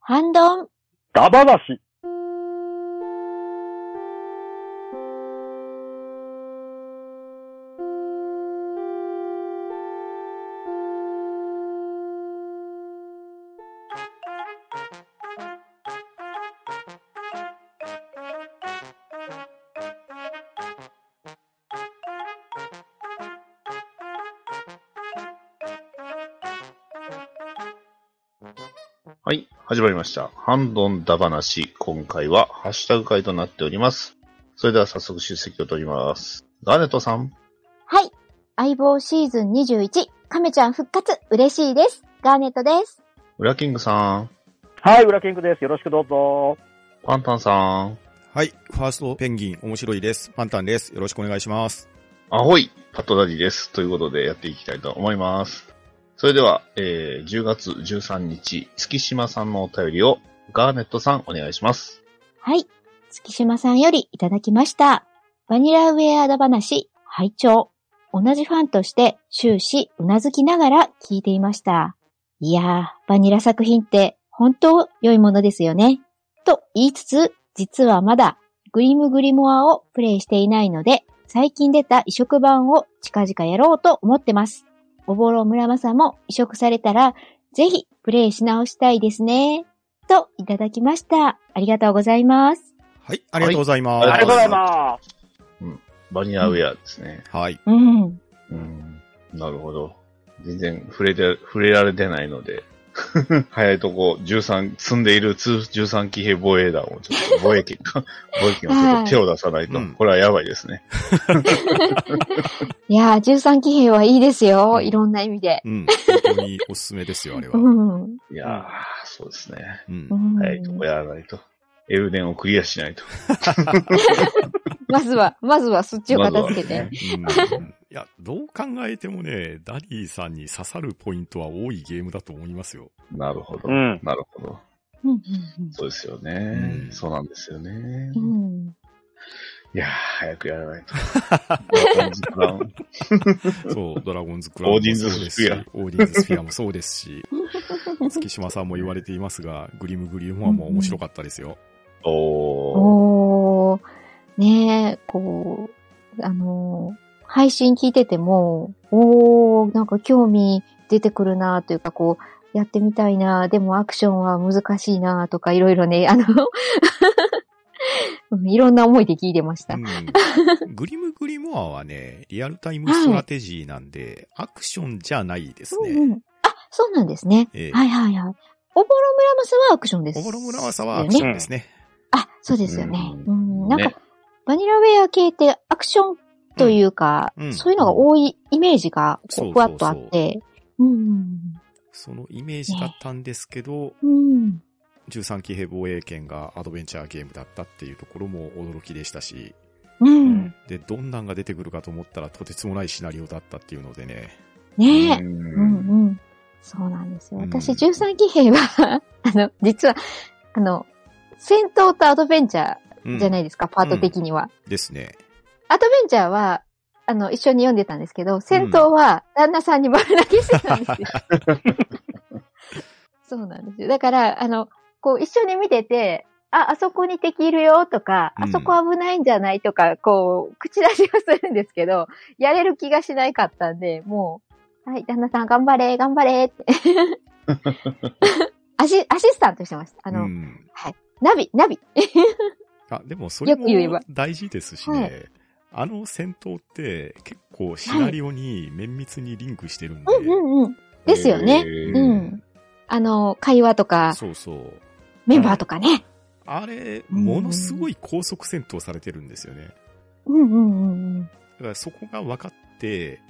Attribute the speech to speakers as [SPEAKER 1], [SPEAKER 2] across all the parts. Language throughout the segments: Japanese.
[SPEAKER 1] ハンドン。
[SPEAKER 2] ダバなし。
[SPEAKER 3] はい、始まりました。ハンドンダ話、今回はハッシュタグ会となっております。それでは早速出席を取ります。ガーネットさん、
[SPEAKER 1] はい。相棒シーズン21、亀ちゃん復活、嬉しいです。ガーネットです。
[SPEAKER 3] ウラキングさん、
[SPEAKER 2] はい、裏キングです。よろしくどうぞ。
[SPEAKER 3] パンタンさん、
[SPEAKER 4] はい。ファーストペンギン、面白いです。パンタンです。よろしくお願いします。
[SPEAKER 3] アホイ、パトダディです。ということでやっていきたいと思います。それでは、えー10月13日、月島さんのお便りをガーネットさんお願いします。
[SPEAKER 1] はい。月島さんよりいただきました。バニラウェアだ話、拝聴。同じファンとして終始うなずきながら聞いていました。いやー、バニラ作品って本当良いものですよね。と言いつつ、実はまだグリムグリモアをプレイしていないので、最近出た移植版を近々やろうと思ってます。おぼろ村正も移植されたら、ぜひプレイし直したいですね。といただきました。ありがとうございます。
[SPEAKER 4] はい。ありがとうございま
[SPEAKER 3] は
[SPEAKER 4] す。
[SPEAKER 2] ありがとうござい
[SPEAKER 3] す
[SPEAKER 2] ます。
[SPEAKER 3] バニラウェアですね。
[SPEAKER 4] はい。
[SPEAKER 1] うん。
[SPEAKER 3] うん、なるほど。全然触れて、触れられてない ので、早いとこ、13、積んでいる通13騎兵防衛団を、ちょっと防 衛権、防衛権をちょっと手を出さないと、
[SPEAKER 4] はいうん
[SPEAKER 3] これはやばいですね。
[SPEAKER 1] いやー、13騎兵はいいですよ。
[SPEAKER 4] うん
[SPEAKER 1] いろんな意味で。
[SPEAKER 4] うん。本当におすすめですよ、あれ
[SPEAKER 1] う
[SPEAKER 4] は。
[SPEAKER 1] ん。
[SPEAKER 3] いやー、そうですね。
[SPEAKER 4] うん
[SPEAKER 1] う。ん
[SPEAKER 3] 早いとこやらないと。エルデンをクリアしないと。
[SPEAKER 1] まずは、まずはそっちを片付け
[SPEAKER 3] まずは
[SPEAKER 1] て
[SPEAKER 3] ね。
[SPEAKER 4] うんいや、どう考えてもね、ダディさんに刺さるポイントは多いゲームだと思いますよ。
[SPEAKER 3] なるほど。
[SPEAKER 2] うん
[SPEAKER 3] なるほど。
[SPEAKER 1] うんうん
[SPEAKER 3] そうですよね。
[SPEAKER 4] うん
[SPEAKER 3] そうなんですよね。
[SPEAKER 1] うんうん
[SPEAKER 3] いやー、早くやらな いと。ドラゴンズクラウン
[SPEAKER 4] そう、ドラゴンズクラウン
[SPEAKER 3] オーディンズ
[SPEAKER 4] もそうです
[SPEAKER 3] ス
[SPEAKER 4] し
[SPEAKER 3] フィア、
[SPEAKER 4] オーディンズスフィアもそうですし、月島さんも言われていますが、グリムグリモアも面白かったですよ。
[SPEAKER 3] おー。
[SPEAKER 1] おー。ねえ、こう、あのー配信聞いてても、おー、なんか興味出てくるなというか、こう、やってみたいなでもアクションは難しいなとか、いろいろね、あの、 うんいろんな思いで聞いてました。
[SPEAKER 4] うんグリムグリモアはね、リアルタイムストラテジーなんで、アクションじゃないですね。
[SPEAKER 1] うんうん。あ、そうなんですね。
[SPEAKER 4] ええ
[SPEAKER 1] はいはいはい。オボロムラマスはアクションです。
[SPEAKER 4] オボロムラワサはアクションですね。
[SPEAKER 1] あ、そうですよね。
[SPEAKER 3] う
[SPEAKER 1] うん、なんか、
[SPEAKER 3] ね
[SPEAKER 1] バニラウェア系ってアクションというか、
[SPEAKER 4] うんうん
[SPEAKER 1] そういうのが多いイメージがこう
[SPEAKER 4] そうそうそ
[SPEAKER 1] ふ
[SPEAKER 4] う
[SPEAKER 1] わっとあって、うんうん
[SPEAKER 4] そのイメージだったんですけど、
[SPEAKER 1] うん。うん。
[SPEAKER 4] 13騎兵防衛権がアドベンチャーゲームだったっていうところも驚きでしたし、
[SPEAKER 1] うん。
[SPEAKER 4] で、どんなんが出てくるかと思ったらとてつもないシナリオだったっていうのでね。
[SPEAKER 1] ねえ。う
[SPEAKER 3] うん
[SPEAKER 1] んうん。そうなんですよ。
[SPEAKER 4] うん
[SPEAKER 1] 私、13騎兵は、 あの、実は、あの、戦闘とアドベンチャ
[SPEAKER 4] うん
[SPEAKER 1] ーじゃないですか、パート的には。
[SPEAKER 4] ですね。
[SPEAKER 1] アドベンチャーは、あの、一緒に読んでたんですけど、戦闘は旦那さんに丸投げしてたんですよ。そうなんですよ。だから、あの、こう一緒に見てて、あ、あそこに敵いるよとか、
[SPEAKER 4] うん
[SPEAKER 1] あそこ危ないんじゃないとか、こう、口出しをするんですけど、やれる気がしないかったんで、もう、はい、旦那さん頑張れ、頑張れっ て。アシ、アシスタントしてました。あの、
[SPEAKER 4] うん、
[SPEAKER 1] ナビ、ナビ。
[SPEAKER 4] あ、でもそれも
[SPEAKER 1] よく言えば
[SPEAKER 4] 大事ですしね。
[SPEAKER 1] は
[SPEAKER 4] あの戦闘って結構シナリオに綿密にリンクしてるんで。
[SPEAKER 1] うんうんうん。ですよね
[SPEAKER 3] えー
[SPEAKER 1] うんあの、会話とか、
[SPEAKER 4] そうそう。
[SPEAKER 1] メンバーとかね。
[SPEAKER 4] あれ、ものすごい高速戦闘されてるんですよね。
[SPEAKER 1] うんうんうんうん。
[SPEAKER 4] だからそこが分かって、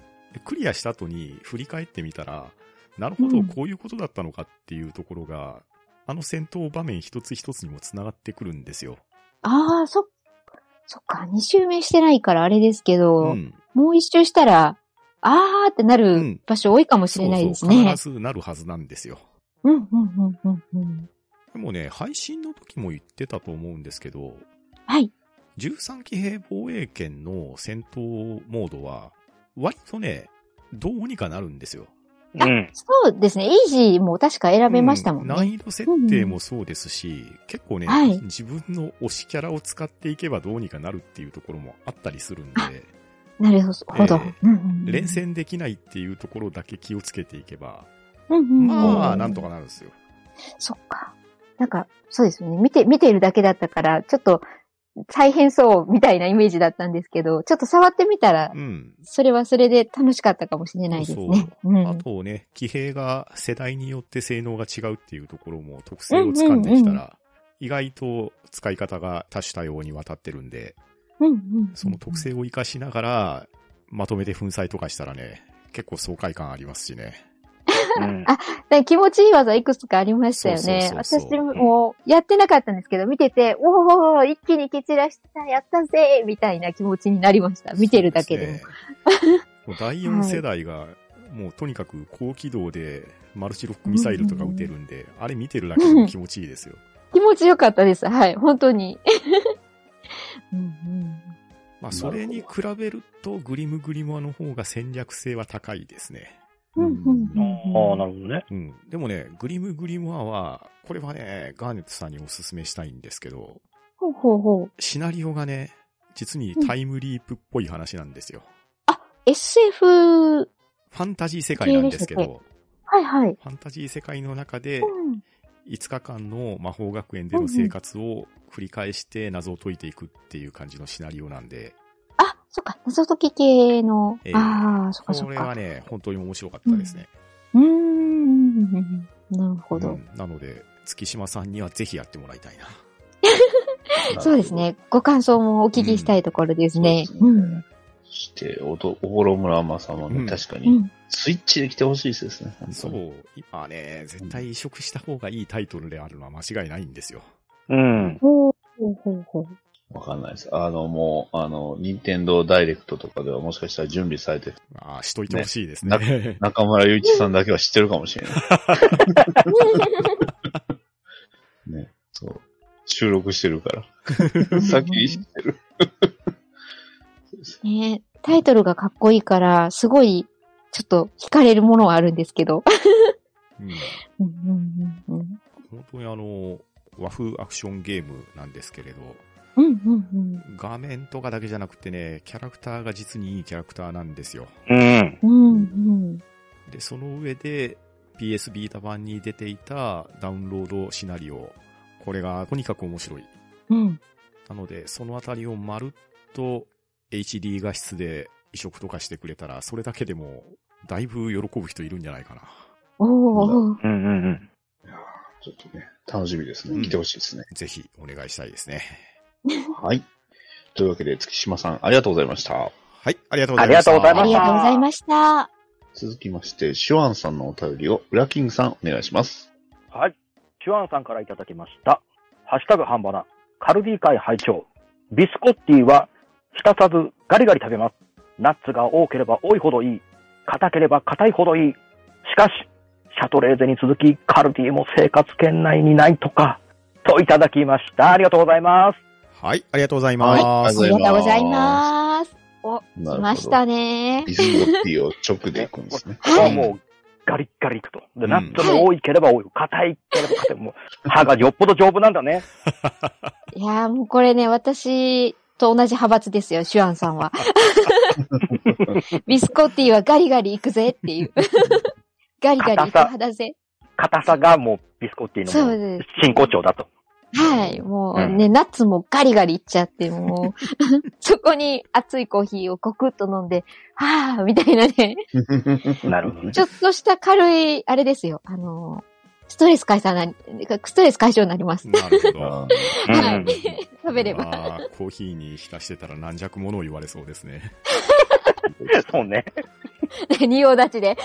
[SPEAKER 4] クリアした後に振り返ってみたら、なるほ
[SPEAKER 1] う
[SPEAKER 4] ど、
[SPEAKER 1] ん
[SPEAKER 4] こういうことだったのかっていうところが、あの戦闘場面一つ一つにも繋がってくるんですよ。
[SPEAKER 1] ああ、そ、そっか、2周目してないからあれですけど、
[SPEAKER 4] ん。
[SPEAKER 1] もう1周したら、あーってな
[SPEAKER 4] う
[SPEAKER 1] る
[SPEAKER 4] ん
[SPEAKER 1] 場所多いかもしれないです
[SPEAKER 4] そうそう
[SPEAKER 1] ね。
[SPEAKER 4] 必ずなるはずなんですよ。
[SPEAKER 1] うん、うん、うん、うん、うん。
[SPEAKER 4] でもね、配信の時も言ってたと思うんですけど、
[SPEAKER 1] はい。
[SPEAKER 4] 13騎兵防衛圏の戦闘モードは、割とね、どうにかなるんですよ。
[SPEAKER 2] うん。
[SPEAKER 1] そうですね。イージーも確か選べましたもん
[SPEAKER 4] う難
[SPEAKER 1] ね。
[SPEAKER 4] 易度設定もそうですし、結構ね、
[SPEAKER 1] はい
[SPEAKER 4] 自分の推しキャラを使っていけばどうにかなるっていうところもあったりするんで、
[SPEAKER 1] なるほど
[SPEAKER 4] え。
[SPEAKER 1] うんうんうん
[SPEAKER 4] 連。戦できないっていうところだけ気をつけていけば、
[SPEAKER 1] うんうんうん
[SPEAKER 4] まあ、なんとかなるんですよ。
[SPEAKER 1] そっか。なんか、そうですよね。見て、見ているだけだったから、ちょっと大変そうみたいなイメージだったんですけど、ちょっと触ってみたら
[SPEAKER 4] う、ん。
[SPEAKER 1] それはそれで楽しかったかもしれないですね。うん
[SPEAKER 4] あとね、騎兵が世代によって性能が違うっていうところも特性を掴んできたら、
[SPEAKER 1] うんうんう
[SPEAKER 4] 意外と使い方が多種多様にわたってるんで、
[SPEAKER 1] うんうん
[SPEAKER 4] その特性を活かしながら、まとめて粉砕とかしたらね、結構爽快感ありますしね。
[SPEAKER 2] うん
[SPEAKER 1] あだから気持ちいい技いくつかありましたよね。
[SPEAKER 4] そうそうそうそう
[SPEAKER 1] 私もやってなかったんですけど、見てて、おお一気に蹴散らした、やったぜみたいな気持ちになりました。見てるだけでも。
[SPEAKER 4] そうですね。もう第4世代が、もうとにかく高機動でマルチロックミサイルとか撃てるんで、あれ見てるだけでも気持ちいいですよ。
[SPEAKER 1] 気持ちよかったです。はい、本当に。 うんうん
[SPEAKER 4] まあ、それに比べると、グリムグリモアの方が戦略性は高いですね。
[SPEAKER 1] うんうんう
[SPEAKER 2] あ
[SPEAKER 1] んうん
[SPEAKER 2] あ、なるほどね。
[SPEAKER 4] うん。でもね、グリムグリモアは、これはね、ガーネットさんにお勧めしたいんですけど、
[SPEAKER 1] ほうほうほう。
[SPEAKER 4] シナリオがね、実にタイムリープっぽい話なんですよ。
[SPEAKER 1] SF、
[SPEAKER 4] ファンタジー世界なんですけ
[SPEAKER 1] 系
[SPEAKER 4] ど、
[SPEAKER 1] はいはい。
[SPEAKER 4] ファンタジー世界の中で、
[SPEAKER 1] うん
[SPEAKER 4] 5日間の魔法学園での生活を繰り返して謎を解いていくっていう感じのシナリオなんで、
[SPEAKER 1] あ、そっか、謎解き系の。
[SPEAKER 4] ええ
[SPEAKER 1] ああ、そっかそ
[SPEAKER 4] こ
[SPEAKER 1] っ
[SPEAKER 4] れ
[SPEAKER 1] か。
[SPEAKER 4] はね、本当に面白かったですね。
[SPEAKER 1] うーん。なるほど。
[SPEAKER 4] うんなので、月島さんにはぜひやってもらいたいな。
[SPEAKER 1] そうですね。ご感想もお聞きしたいところですね。
[SPEAKER 3] う
[SPEAKER 1] うんん。
[SPEAKER 3] そして、おと、おぼろむらまさんはね、
[SPEAKER 4] うん
[SPEAKER 3] 確か
[SPEAKER 1] う
[SPEAKER 3] に、
[SPEAKER 1] ん。
[SPEAKER 3] スイッチで来てほしいですね。本
[SPEAKER 4] そ
[SPEAKER 3] 当に。
[SPEAKER 4] う、今はね、絶対移植した方がいいタイトルであるのは間違いないんですよ。
[SPEAKER 2] うん。
[SPEAKER 1] ほうほうほうほう。
[SPEAKER 3] わかんないです。あの、もう、あの、任天堂ダイレクトとかではもしかしたら準備されて、
[SPEAKER 4] ああ、しといてほしいですね。
[SPEAKER 3] 中村祐一さんだけは知ってるかもしれない。 ね、そう。収録してるから。先に知ってる。そうです
[SPEAKER 1] ねえタイトルがかっこいいから、すごい、ちょっと惹かれるものはあるんですけど。
[SPEAKER 4] うん
[SPEAKER 1] うんうんうんうん。
[SPEAKER 4] 本当にあの、和風アクションゲームなんですけれど、
[SPEAKER 1] うんうんうん。
[SPEAKER 4] 画面とかだけじゃなくてね、キャラクターが実にいいキャラクターなんですよ。
[SPEAKER 2] うん。
[SPEAKER 1] うん
[SPEAKER 4] で、その上で PS ビータ版に出ていたダウンロードシナリオ。これがとにかく面白い。
[SPEAKER 1] うん。うん。
[SPEAKER 4] なので、そのあたりをまるっと HD 画質で移植とかしてくれたら、それだけでもだいぶ喜ぶ人いるんじゃないかな。
[SPEAKER 1] おー。
[SPEAKER 2] うんうんうん。
[SPEAKER 3] ちょっとね、楽しみです
[SPEAKER 4] うん
[SPEAKER 3] ね。来てほしいですね。
[SPEAKER 4] ぜひお願いしたいですね。
[SPEAKER 3] はい。というわけで、月島さん、ありがとうございました。
[SPEAKER 4] はい、ありがとうございました。
[SPEAKER 2] ありがとうござい
[SPEAKER 1] あ
[SPEAKER 2] ま
[SPEAKER 1] り
[SPEAKER 2] した
[SPEAKER 1] がとうございました。
[SPEAKER 3] 続きまして、シュワンさんのお便りを、ウラキングさん、お願いします。
[SPEAKER 2] はい。チュアンさんからいただきました。ハッシュタグ半ばな。カルディ会拝聴ビスコッティは、浸さずガリガリ食べます。ナッツが多ければ多いほどいい。硬ければ硬いほどいい。しかし、シャトレーゼに続き、カルディも生活圏内にないとか、といただきました。ありがとうございます。。
[SPEAKER 4] はい、ありがとうございます。
[SPEAKER 3] はいありがとうございます
[SPEAKER 1] ありがとうございます。お、来
[SPEAKER 3] なるほど
[SPEAKER 1] ましたね
[SPEAKER 3] ビ。スゴッティを直でいくんですね
[SPEAKER 2] これはもう、ガリッガリいくと。
[SPEAKER 4] う
[SPEAKER 2] で、
[SPEAKER 4] ん
[SPEAKER 2] ナッツも多いければ多い。硬いければ硬い。もう、歯がよっぽど丈夫なんだね。
[SPEAKER 1] いやーもうこれね、私と同じ派閥ですよ、シュアンさんは。ビスコッティはガリガリ行くぜっていう。ガリガリ行く派だぜ。
[SPEAKER 2] 硬さがもう、ビスコッティの
[SPEAKER 1] そ
[SPEAKER 2] も
[SPEAKER 1] う
[SPEAKER 2] う
[SPEAKER 1] です。
[SPEAKER 2] 真骨頂だと。
[SPEAKER 1] はい。もうね、ナッツもガリガリいっちゃって、もう、 そこに熱いコーヒーをゴクッと飲んで、はぁー、みたいなね、
[SPEAKER 2] なるほどね。
[SPEAKER 1] ちょっとした軽い、あれですよ、あのー、ストレス解散な、ストレス解消になります。
[SPEAKER 4] なる ほど。
[SPEAKER 2] うん
[SPEAKER 3] あ
[SPEAKER 1] は
[SPEAKER 2] うん
[SPEAKER 1] い。食べれば。
[SPEAKER 4] ば。コーヒーに浸してたら軟弱者を言われそうですね。
[SPEAKER 2] そうね。
[SPEAKER 1] 仁王立ちで。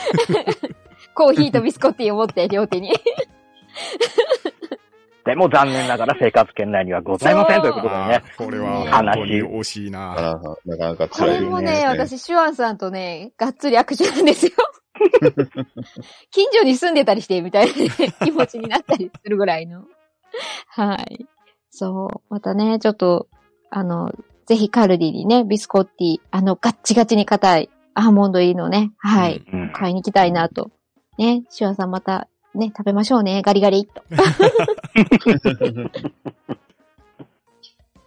[SPEAKER 1] コーヒーとビスコッティを持って、両手に。
[SPEAKER 2] でも残念ながら生活圏内にはございませんということでね。
[SPEAKER 4] あーこれは本当に惜しい
[SPEAKER 3] な
[SPEAKER 4] な。
[SPEAKER 3] かなかなかなか
[SPEAKER 1] こ
[SPEAKER 3] 辛い
[SPEAKER 1] れ
[SPEAKER 3] ですね。
[SPEAKER 1] もね、私、シュワンさんとね、がっつり握手なんですよ。近所に住んでたりして、みたいなね、気持ちになったりするぐらいの。はい。そう。またね、ちょっと、あの、ぜひカルディにね、ビスコッティ、あの、ガッチガチに硬いアーモンド入りのね、はい、
[SPEAKER 2] うん
[SPEAKER 1] 買いに行きたいなとね、シュワさんまた、ね、食べましょうね。ガリガリっと。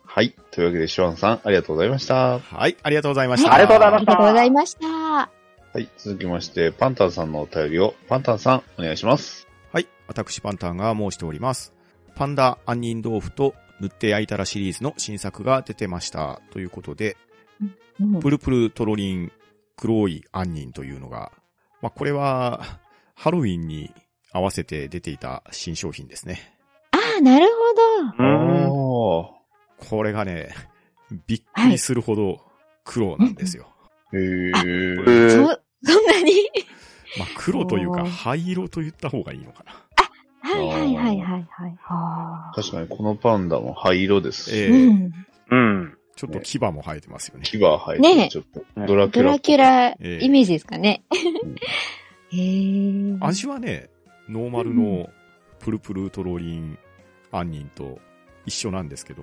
[SPEAKER 3] はい。というわけで、シュワンさん、ありがとうございました。
[SPEAKER 4] はい、ありがとうございました。
[SPEAKER 2] ありがとうございま
[SPEAKER 1] あ
[SPEAKER 2] し
[SPEAKER 1] り
[SPEAKER 2] た
[SPEAKER 1] がとうございました。
[SPEAKER 3] はい。続きまして、パンタンさんのお便りを、パンタンさん、お願いします。
[SPEAKER 4] はい。私、パンタンが申しております。パンダ杏仁豆腐と塗って焼いたらシリーズの新作が出てました。ということで、
[SPEAKER 1] うん
[SPEAKER 4] プルプルトロリン黒い杏仁というのが、まあ、これは、ハロウィンに合わせて出ていた新商品ですね。
[SPEAKER 1] ああ、なるほど。
[SPEAKER 2] うーん。
[SPEAKER 3] おー。
[SPEAKER 4] これがね、びっくりするほど黒なんですよ。
[SPEAKER 3] へ
[SPEAKER 2] え
[SPEAKER 3] ー。
[SPEAKER 2] ー
[SPEAKER 1] そ、そんなに
[SPEAKER 4] まあ、黒というか
[SPEAKER 1] おー
[SPEAKER 4] 灰色と言った方がいいのかな。
[SPEAKER 1] はいはいはいはいはい。はあ。
[SPEAKER 3] 確かにこのパンダも灰色です。
[SPEAKER 4] ええ
[SPEAKER 1] うん。
[SPEAKER 2] うん。
[SPEAKER 4] ちょっと牙も生えてますよね。
[SPEAKER 3] 牙生えてる、
[SPEAKER 1] ねえ
[SPEAKER 3] ちょっと
[SPEAKER 2] ね。
[SPEAKER 3] ドラキ
[SPEAKER 1] ド
[SPEAKER 3] ュラ。
[SPEAKER 1] ラキュライ
[SPEAKER 4] ええ
[SPEAKER 1] メージですかね。
[SPEAKER 3] うん
[SPEAKER 1] へえ。
[SPEAKER 4] 味はね、ノーマルのプルプルトロリン杏仁と一緒なんですけど、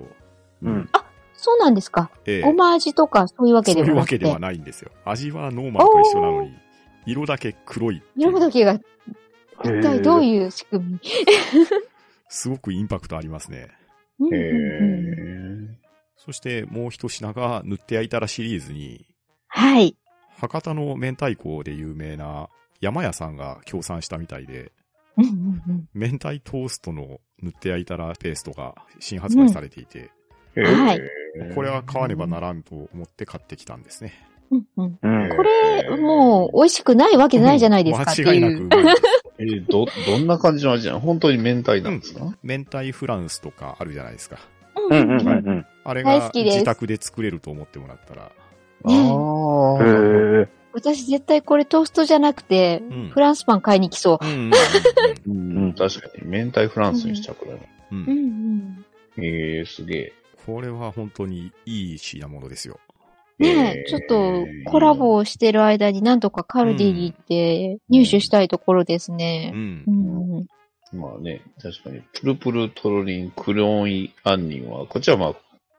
[SPEAKER 2] うん。
[SPEAKER 1] そうなんですか。
[SPEAKER 4] ええ
[SPEAKER 1] ごま味とかそういうわけ
[SPEAKER 4] そう
[SPEAKER 1] では
[SPEAKER 4] いう
[SPEAKER 1] な
[SPEAKER 4] わ
[SPEAKER 1] く
[SPEAKER 4] け
[SPEAKER 1] て
[SPEAKER 4] で。はないんですよ。味はノーマルと一緒なのに、色だけ黒いっていう
[SPEAKER 1] 色ほどきが一体どう
[SPEAKER 2] う
[SPEAKER 1] いう仕組み
[SPEAKER 4] すごくインパクトありますね。
[SPEAKER 1] うん
[SPEAKER 3] へ
[SPEAKER 1] うんうん
[SPEAKER 3] ー。
[SPEAKER 4] そしてもう一品が塗って焼いたらシリーズに、
[SPEAKER 1] はい。
[SPEAKER 4] 博多の明太子で有名な山屋さんが協賛したみたいで、
[SPEAKER 1] うんうんうん
[SPEAKER 4] 明太トーストの塗って焼いたらペーストが新発売されていて、
[SPEAKER 3] へ
[SPEAKER 1] はい
[SPEAKER 3] ー
[SPEAKER 4] これは買わねばならんと思って買ってきたんですね。
[SPEAKER 1] うんうん
[SPEAKER 2] うん。
[SPEAKER 1] これ、もう、美味しくないわけないじゃないですかって
[SPEAKER 4] 間違いな
[SPEAKER 1] いう。
[SPEAKER 4] くうまいです。
[SPEAKER 3] えーど、どんな感じの味なの本当に明太なんですか、
[SPEAKER 4] 明太フランスとかあるじゃないですか。
[SPEAKER 1] うん
[SPEAKER 2] う
[SPEAKER 1] うん
[SPEAKER 2] うん
[SPEAKER 1] ん
[SPEAKER 2] うんうん。
[SPEAKER 4] あれ
[SPEAKER 1] 大
[SPEAKER 4] が
[SPEAKER 1] 好きです
[SPEAKER 4] 自宅で作れると思ってもらったら、
[SPEAKER 1] ねえ
[SPEAKER 3] あ
[SPEAKER 2] へ
[SPEAKER 3] ー
[SPEAKER 2] ー
[SPEAKER 1] 私絶対これトーストじゃなくて、
[SPEAKER 4] うん
[SPEAKER 1] フランスパン買いに来そう。
[SPEAKER 4] うんうん
[SPEAKER 3] うん、確かに。明太フランスにしちゃうくらい。
[SPEAKER 4] うんうん
[SPEAKER 1] うんうん。
[SPEAKER 3] ええー、すげえ。
[SPEAKER 4] これは本当にいい品物ですよ。
[SPEAKER 1] ねえ、
[SPEAKER 3] えー
[SPEAKER 1] ちょっとコラボをしてる間になんとかカルディに行って入手したいところです
[SPEAKER 4] う
[SPEAKER 1] ね。
[SPEAKER 4] ん
[SPEAKER 1] う。んうん。
[SPEAKER 3] まあね、確かに、プルプルトロリン、クローンイ杏仁は、こっちはまあ、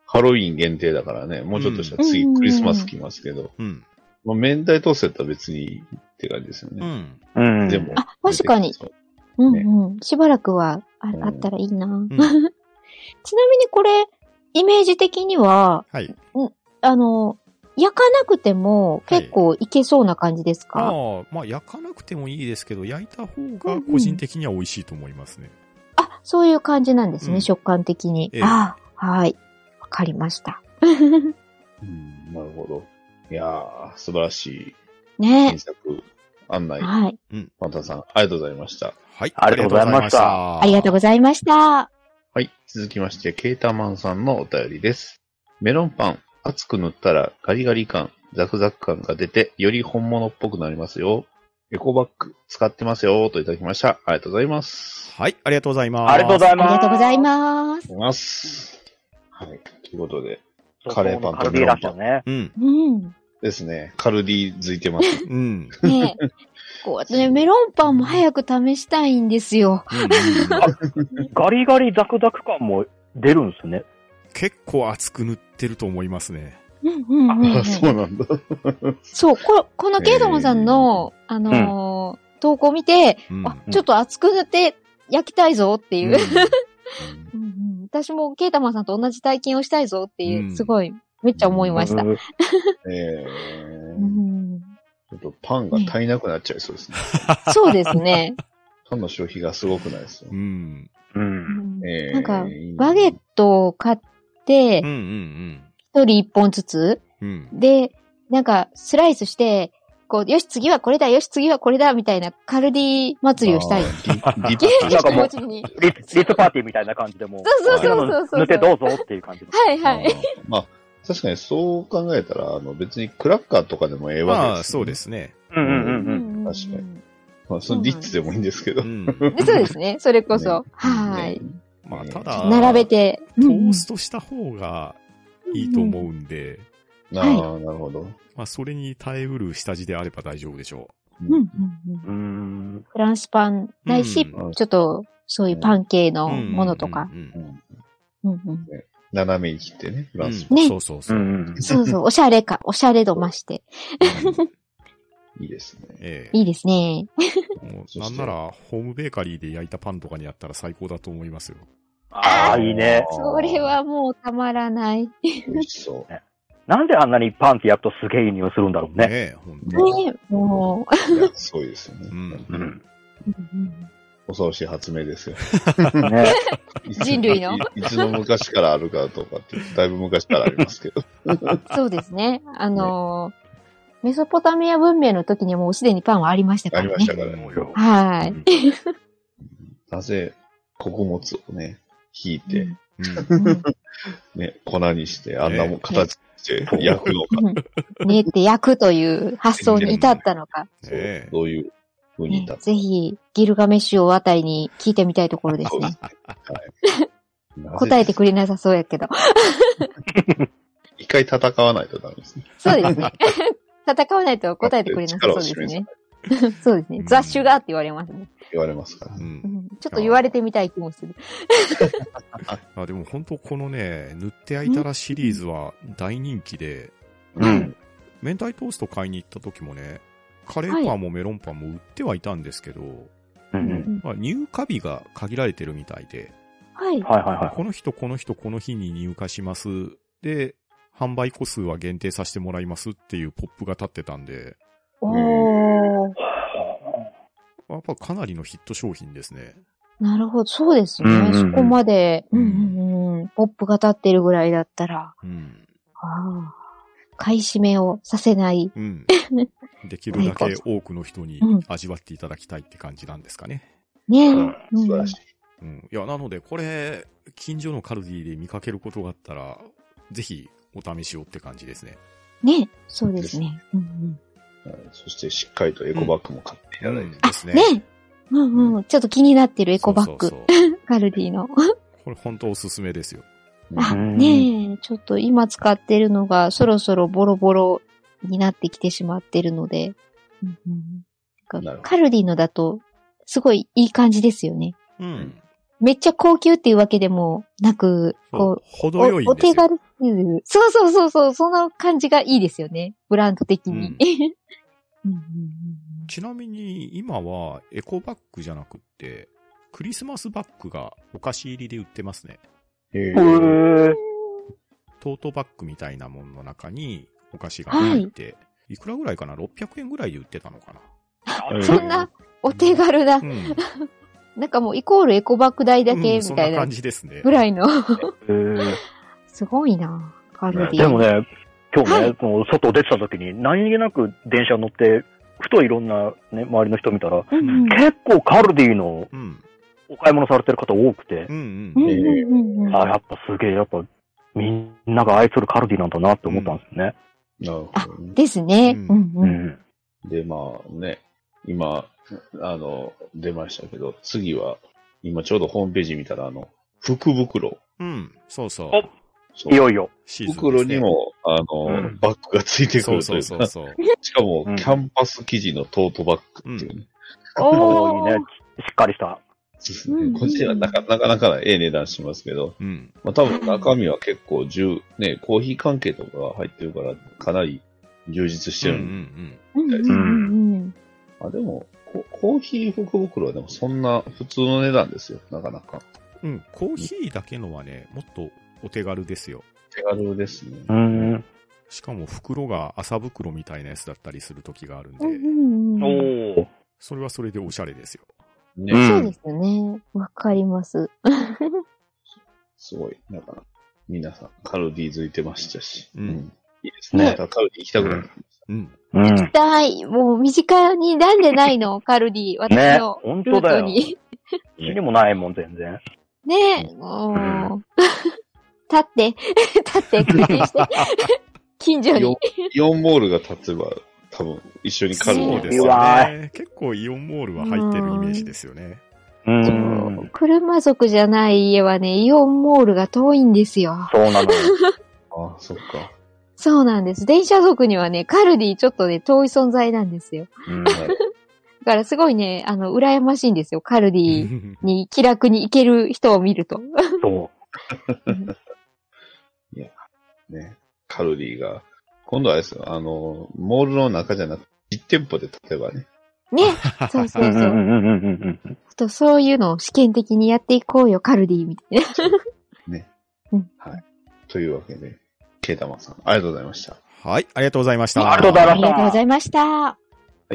[SPEAKER 3] ハロウィン限定だからね、もうちょっとしたら次
[SPEAKER 1] うん
[SPEAKER 3] クリスマス来ますけど、
[SPEAKER 4] うん。
[SPEAKER 3] まあ、明太トーストやったら別にって感じですよ
[SPEAKER 4] う
[SPEAKER 3] ね。
[SPEAKER 4] ん。
[SPEAKER 2] うん。
[SPEAKER 3] でも。
[SPEAKER 1] あ確かに
[SPEAKER 3] そう。
[SPEAKER 1] うんうん。しばらくはあ
[SPEAKER 3] うん
[SPEAKER 1] あったらいいな。
[SPEAKER 4] う
[SPEAKER 1] ち
[SPEAKER 4] ん
[SPEAKER 1] なみにこれ、イメージ的には、
[SPEAKER 4] はい。
[SPEAKER 1] あの、焼かなくても結構いけそうな感じです
[SPEAKER 4] ま
[SPEAKER 1] か、
[SPEAKER 4] あ、まあ、焼かなくてもいいですけど、焼いた方が個人的には美味しいと思いますね。
[SPEAKER 1] あ、そういう感じなんですね、
[SPEAKER 4] うん
[SPEAKER 1] 食感的に。
[SPEAKER 4] ええ
[SPEAKER 1] ああ、はい。わかりました。
[SPEAKER 3] うん、なるほど。いやー、素晴らしい
[SPEAKER 1] ね
[SPEAKER 3] 新作案内、
[SPEAKER 1] はい。
[SPEAKER 3] パンタンさん、ありがとうございました。
[SPEAKER 4] はい。
[SPEAKER 2] ありがとうございました
[SPEAKER 1] ありがとうございました。
[SPEAKER 3] はい。続きまして、ケータマンさんのお便りです。メロンパン、熱く塗ったらガリガリ感、ザクザク感が出て、より本物っぽくなりますよ。エコバッグ使ってますよ、といただきました。ありがとうございます。
[SPEAKER 4] はい。ありがとうございます。
[SPEAKER 2] ありがとうござ
[SPEAKER 1] あり
[SPEAKER 2] います。
[SPEAKER 1] がとうございます。
[SPEAKER 3] います。はい。ということで、
[SPEAKER 2] そう
[SPEAKER 3] カレーパンと
[SPEAKER 2] カルディラッシュね。
[SPEAKER 4] うん。
[SPEAKER 1] うん。
[SPEAKER 3] ですね、カルディ付いてます。
[SPEAKER 4] うん。うん。
[SPEAKER 1] ね え。こうね、メロンパンも早く試したいんですよ。
[SPEAKER 4] うん
[SPEAKER 2] ガリガリザクザク感も出るんですね。
[SPEAKER 4] 結構厚く塗ってると思いますね。
[SPEAKER 1] うんうんうん、う
[SPEAKER 3] あ
[SPEAKER 1] ん。
[SPEAKER 3] そうなんだ。
[SPEAKER 1] そう、ここのケイドモンさんの、あのー投稿を見て、
[SPEAKER 4] うん。
[SPEAKER 1] あ、ちょっと熱くなって焼きたいぞっていう。うんうん私もケイタマンさんと同じ体験をしたいぞっていう、
[SPEAKER 4] うん
[SPEAKER 1] すごい、めっちゃ思いました。
[SPEAKER 2] うん
[SPEAKER 3] え
[SPEAKER 1] う
[SPEAKER 3] ー、
[SPEAKER 1] ん、
[SPEAKER 3] ちょっとパンが足りなくなっちゃいそうですね。
[SPEAKER 1] そうですね。
[SPEAKER 3] パンの消費がすごくないですよ
[SPEAKER 4] う。ん。
[SPEAKER 2] う。
[SPEAKER 1] うんん
[SPEAKER 3] えー
[SPEAKER 1] なんか、バゲットを買っ
[SPEAKER 4] うん。う
[SPEAKER 1] て、
[SPEAKER 4] ん。
[SPEAKER 1] 一人一本ずつ、
[SPEAKER 4] うん。うん。
[SPEAKER 1] で、なんか、スライスして、こう、よし、次はこれだ、よし、次はこれだ、みたいな、カルディ祭りをしたい
[SPEAKER 3] ま。あリリ
[SPEAKER 1] 元
[SPEAKER 2] あ
[SPEAKER 1] 気
[SPEAKER 2] な
[SPEAKER 1] なん
[SPEAKER 2] か
[SPEAKER 1] 気
[SPEAKER 2] も
[SPEAKER 1] 持ち
[SPEAKER 2] う
[SPEAKER 1] に。
[SPEAKER 2] リッリッツパーティーみたいな感じでもう。
[SPEAKER 1] そう
[SPEAKER 3] そうそう
[SPEAKER 1] そうそう
[SPEAKER 2] 塗ってどうぞっていう感じの。
[SPEAKER 1] はいはい。
[SPEAKER 3] あーまあ、確かにそう考えたら、あの、別にクラッカーとかでもええわけ
[SPEAKER 4] ま
[SPEAKER 3] で
[SPEAKER 4] あ、
[SPEAKER 3] す、
[SPEAKER 4] そうで。すね。
[SPEAKER 2] うんうんう
[SPEAKER 1] うん
[SPEAKER 2] うん。
[SPEAKER 1] んうんうん
[SPEAKER 3] 確かまあ、そのリッチでもいいんですけど。
[SPEAKER 4] う
[SPEAKER 3] ね
[SPEAKER 4] ん。
[SPEAKER 1] でそうですね、それこそ
[SPEAKER 3] ね。
[SPEAKER 1] はい。
[SPEAKER 4] まあ、
[SPEAKER 3] ね
[SPEAKER 4] ただ、
[SPEAKER 1] 並べて。
[SPEAKER 4] トーストした方がいいと思うんで、
[SPEAKER 3] ああ、なるほど。
[SPEAKER 4] まあ、それに耐えうる下地であれば大丈夫でしょ
[SPEAKER 1] うんうんうんうん
[SPEAKER 2] うーん。
[SPEAKER 1] フランスパンないし、
[SPEAKER 4] うん
[SPEAKER 1] ちょっと、そういうパン系の
[SPEAKER 4] う。
[SPEAKER 1] ものとか。
[SPEAKER 4] うんう
[SPEAKER 3] う
[SPEAKER 4] んうん
[SPEAKER 3] ん
[SPEAKER 1] うんうん
[SPEAKER 3] 斜めに切ってね、フランス
[SPEAKER 4] うん
[SPEAKER 1] ね
[SPEAKER 4] そうそう
[SPEAKER 2] う
[SPEAKER 4] そう。
[SPEAKER 2] ん。
[SPEAKER 1] そうそう、おしゃれか、おしゃれ度増して。
[SPEAKER 3] パン。いいですね。
[SPEAKER 4] ええ
[SPEAKER 1] いいですね。
[SPEAKER 4] もう
[SPEAKER 3] そ
[SPEAKER 4] な
[SPEAKER 3] し
[SPEAKER 4] ん
[SPEAKER 3] て
[SPEAKER 4] なら、ホームベーカリーで焼いたパンとかにやったら最高だと思いますよ。
[SPEAKER 2] ああ、いいね。
[SPEAKER 1] それはもうたまらない。
[SPEAKER 3] 美味しそう。
[SPEAKER 2] なんであんなにパンって焼くとすげえいい匂いするんだろうね。
[SPEAKER 4] ねえ、 ほんと。
[SPEAKER 3] ね
[SPEAKER 1] ねも
[SPEAKER 3] いやすごいですよ
[SPEAKER 4] う
[SPEAKER 3] ね。
[SPEAKER 4] ん。
[SPEAKER 2] うん。
[SPEAKER 1] ううんうん。
[SPEAKER 3] 恐ろしい発明 ですよ。
[SPEAKER 2] ね。
[SPEAKER 1] 人類の
[SPEAKER 3] いいつの昔からあるかどうかって、だいぶ昔からありますけ ど。
[SPEAKER 1] そうですね。あのー、メソポタミア文明の時にはもうすでにパンはありましたか
[SPEAKER 3] あ
[SPEAKER 1] ら
[SPEAKER 3] り
[SPEAKER 1] ね。
[SPEAKER 3] ましたからね。
[SPEAKER 4] う
[SPEAKER 1] はい。
[SPEAKER 3] なぜ穀物をね、ひいて、
[SPEAKER 4] うん
[SPEAKER 1] うんうん
[SPEAKER 3] ね、粉にして、あんなもん形にして焼くのか。
[SPEAKER 1] 練って焼くという発想に至ったのか。
[SPEAKER 3] そう
[SPEAKER 4] え
[SPEAKER 3] どういう風に
[SPEAKER 1] ね
[SPEAKER 3] 立つ
[SPEAKER 1] ぜひ、ギルガメッシュをあたりに聞いてみたいところです
[SPEAKER 3] か
[SPEAKER 1] ね。
[SPEAKER 3] はいなぜ
[SPEAKER 1] 答えてくれなさそうやけど。
[SPEAKER 3] 一回戦わないとダメですね。
[SPEAKER 1] そうですね。 戦わないと答えてくれなさそうですね。そうですね
[SPEAKER 4] う。ん
[SPEAKER 1] 雑種がって言われますね。
[SPEAKER 3] 言われますから
[SPEAKER 4] う。
[SPEAKER 3] ね。
[SPEAKER 1] うんんちょっと言われてみたい気もする。
[SPEAKER 4] あでも本当このね、塗って焼いたらシリーズは大人気で、
[SPEAKER 2] うん。
[SPEAKER 4] 明太トースト買いに行った時もね、カレーパンもメロンパンも売ってはいたんですけど、
[SPEAKER 2] う。
[SPEAKER 1] うんん
[SPEAKER 4] まあ、入荷日が限られてるみたいで、
[SPEAKER 1] はい。
[SPEAKER 2] はいはいは
[SPEAKER 4] この人、この人、この日に入荷します。で、販売個数は限定させてもらいますっていうポップが立ってたんで、
[SPEAKER 1] おー。
[SPEAKER 4] やっぱかなりのヒット商品ですね。
[SPEAKER 1] なるほど。そうです
[SPEAKER 2] うん
[SPEAKER 1] ね。
[SPEAKER 2] うんう
[SPEAKER 1] そ
[SPEAKER 2] ん
[SPEAKER 1] こまで、うんうんうんポップが立ってるぐらいだったら、
[SPEAKER 4] うん。
[SPEAKER 1] あー買い占めをさせない。
[SPEAKER 4] うん。できるだけ多くの人に味わっていただきたいって感じなんですかね。
[SPEAKER 1] ね
[SPEAKER 3] う
[SPEAKER 1] うん
[SPEAKER 3] 素晴らしい。
[SPEAKER 4] うん。いや、なので、これ、近所のカルディで見かけることがあったら、ぜひ、お試しをって感じですね。
[SPEAKER 1] ねそうですね。うん
[SPEAKER 3] はいそしてしっかりとエコバッグも買っていただいて。
[SPEAKER 4] です
[SPEAKER 1] う
[SPEAKER 4] ね
[SPEAKER 1] ん、ねうんうん。ちょっと気になってるエコバッグ。
[SPEAKER 4] そうそうそう
[SPEAKER 1] カルディの。
[SPEAKER 4] これ本当おすすめですよ。
[SPEAKER 1] あ、
[SPEAKER 2] うん
[SPEAKER 1] ねえ、ちょっと今使ってるのがそろそろボロボロになってきてしまってるので、うんうんなんか
[SPEAKER 3] なるほど
[SPEAKER 1] カルディのだとすごいいい感じですよね。
[SPEAKER 4] うん。
[SPEAKER 1] めっちゃ高級っていうわけでもなく、
[SPEAKER 4] そう
[SPEAKER 1] こう、
[SPEAKER 4] 程
[SPEAKER 1] お
[SPEAKER 4] よいん
[SPEAKER 1] お
[SPEAKER 4] ですよ
[SPEAKER 1] 手軽っていう。そうそうそうそう、その感じがいいですよね。ブランド的に。 うんうんうん
[SPEAKER 4] ちなみに今はエコバッグじゃなくって、クリスマスバッグがお菓子入りで売ってますね。
[SPEAKER 3] へ
[SPEAKER 2] い。
[SPEAKER 3] ー
[SPEAKER 2] うー
[SPEAKER 4] トートバッグみたいなものの中にお菓子が入って、い、くらぐらいかな ?600 円ぐらいで売ってたのかな
[SPEAKER 1] うんそんなお手軽な
[SPEAKER 4] う、 ん。
[SPEAKER 1] なんかもうイコールエコバッグ代だけ
[SPEAKER 4] う
[SPEAKER 1] み
[SPEAKER 4] んそん
[SPEAKER 1] たい
[SPEAKER 4] な
[SPEAKER 1] な
[SPEAKER 4] 感じですね。
[SPEAKER 1] ぐらいの。
[SPEAKER 2] えー
[SPEAKER 1] すごいな、カルディ。
[SPEAKER 2] でもね、今日
[SPEAKER 1] は
[SPEAKER 2] ね
[SPEAKER 1] い、
[SPEAKER 2] この外出てた時に何気なく電車乗って、ふといろんなね、周りの人見たら、
[SPEAKER 1] うんうん、
[SPEAKER 2] 結構カルディの
[SPEAKER 4] うん。
[SPEAKER 2] お買い物されてる方多くて
[SPEAKER 4] う、ん
[SPEAKER 1] ううん
[SPEAKER 4] うんん。
[SPEAKER 1] うんうん
[SPEAKER 2] あ、やっぱすげえ、やっぱみんなが愛するカルディなんだなって思ったんですね。
[SPEAKER 3] なるほどね。
[SPEAKER 1] ですね。
[SPEAKER 4] う
[SPEAKER 1] うんん
[SPEAKER 2] う。
[SPEAKER 1] うんん。
[SPEAKER 3] で、まあね、今、あの、出ましたけど、次は、今ちょうどホームページ見たら、あの、福袋。
[SPEAKER 4] うん。そうそう。
[SPEAKER 2] お
[SPEAKER 3] そう
[SPEAKER 2] いよいよ。
[SPEAKER 4] シーズンで
[SPEAKER 3] 袋
[SPEAKER 4] すね
[SPEAKER 3] にも、あの、
[SPEAKER 2] うん
[SPEAKER 3] バッグがついてく
[SPEAKER 4] そ
[SPEAKER 3] る
[SPEAKER 4] う
[SPEAKER 3] とい
[SPEAKER 4] そうう
[SPEAKER 3] か、
[SPEAKER 4] そうそう。
[SPEAKER 3] しかも、
[SPEAKER 2] うん
[SPEAKER 3] キャンパス生地のトートバッグっていうね。
[SPEAKER 2] お
[SPEAKER 1] お
[SPEAKER 2] ーいいね。しっかりした。
[SPEAKER 3] そう
[SPEAKER 1] う
[SPEAKER 3] です
[SPEAKER 1] ん
[SPEAKER 3] ねこっちはなかなかなかなええ値段しますけど、
[SPEAKER 4] うん。
[SPEAKER 3] まあ多分中身は結構重、ね、コーヒー関係とかが入ってるから、かなり充実して
[SPEAKER 4] うんう
[SPEAKER 3] るんで、
[SPEAKER 4] ん
[SPEAKER 1] うんうんうん
[SPEAKER 3] あ、でも、こコーヒー福袋はでもそんな普通の値段ですよ、なかなか。
[SPEAKER 4] うん。うん。コーヒーだけのはね、もっとお手軽ですよ。
[SPEAKER 3] 手軽ですね。
[SPEAKER 2] うん。
[SPEAKER 4] しかも袋が麻袋みたいなやつだったりする時があるんで、
[SPEAKER 1] うんうんうん。
[SPEAKER 2] お
[SPEAKER 4] それはそれでおしゃれですよ。
[SPEAKER 3] ね、
[SPEAKER 2] うん
[SPEAKER 1] そうですよね。わかります。
[SPEAKER 3] すごい、なんか、皆さん、カルディ付いてましたし、
[SPEAKER 4] うん
[SPEAKER 3] いいですね。
[SPEAKER 1] ね
[SPEAKER 3] またカルディ行きたくなる。
[SPEAKER 4] うん。
[SPEAKER 2] うん。
[SPEAKER 1] はい。もう身近になんでないのカルディ。私
[SPEAKER 2] ね
[SPEAKER 1] の。
[SPEAKER 2] 本
[SPEAKER 1] ル
[SPEAKER 2] 当
[SPEAKER 1] ー
[SPEAKER 2] だ
[SPEAKER 1] ト
[SPEAKER 2] よ。
[SPEAKER 1] に。
[SPEAKER 2] 気にもないもん、全然。
[SPEAKER 1] ねえ。もう。立って、 立って、回転して。近所に
[SPEAKER 3] よ。イオンモールが立てば、多分、一緒にカルデ
[SPEAKER 4] そ
[SPEAKER 3] ィ
[SPEAKER 4] う
[SPEAKER 3] が
[SPEAKER 4] です
[SPEAKER 2] う
[SPEAKER 4] よ
[SPEAKER 2] わ
[SPEAKER 4] ね。結構イオンモールは入ってるイメージですよね。
[SPEAKER 2] う
[SPEAKER 1] そ
[SPEAKER 2] ん
[SPEAKER 1] う。車族じゃない家はね、イオンモールが遠いんですよ。
[SPEAKER 2] そうなのよ。
[SPEAKER 3] ああ、そっか。
[SPEAKER 1] そうなんです。電車族にはね、カルディちょっとね、遠い存在なんですよ。
[SPEAKER 2] うん
[SPEAKER 1] だからすごいね、あの、羨ましいんですよ。カルディに気楽に行ける人を見ると。
[SPEAKER 2] そう。
[SPEAKER 3] ね、カルディが、今度はあれですよ、あの、モールの中じゃなくて、一店舗で例えばね。
[SPEAKER 1] ね。そうそううん
[SPEAKER 2] う
[SPEAKER 1] そ
[SPEAKER 2] ん
[SPEAKER 1] う。
[SPEAKER 2] うんうんうんうん。
[SPEAKER 1] あと、そういうのを試験的にやっていこうよ、カルディみたいな。
[SPEAKER 3] ね。
[SPEAKER 1] うん
[SPEAKER 3] はい。というわけで、ケイタマンさん、ありがとうございました。
[SPEAKER 4] はい、ありがとうございました。
[SPEAKER 2] ありがとうございま
[SPEAKER 1] あ
[SPEAKER 2] し
[SPEAKER 1] り
[SPEAKER 2] た
[SPEAKER 1] がとうございました。
[SPEAKER 3] は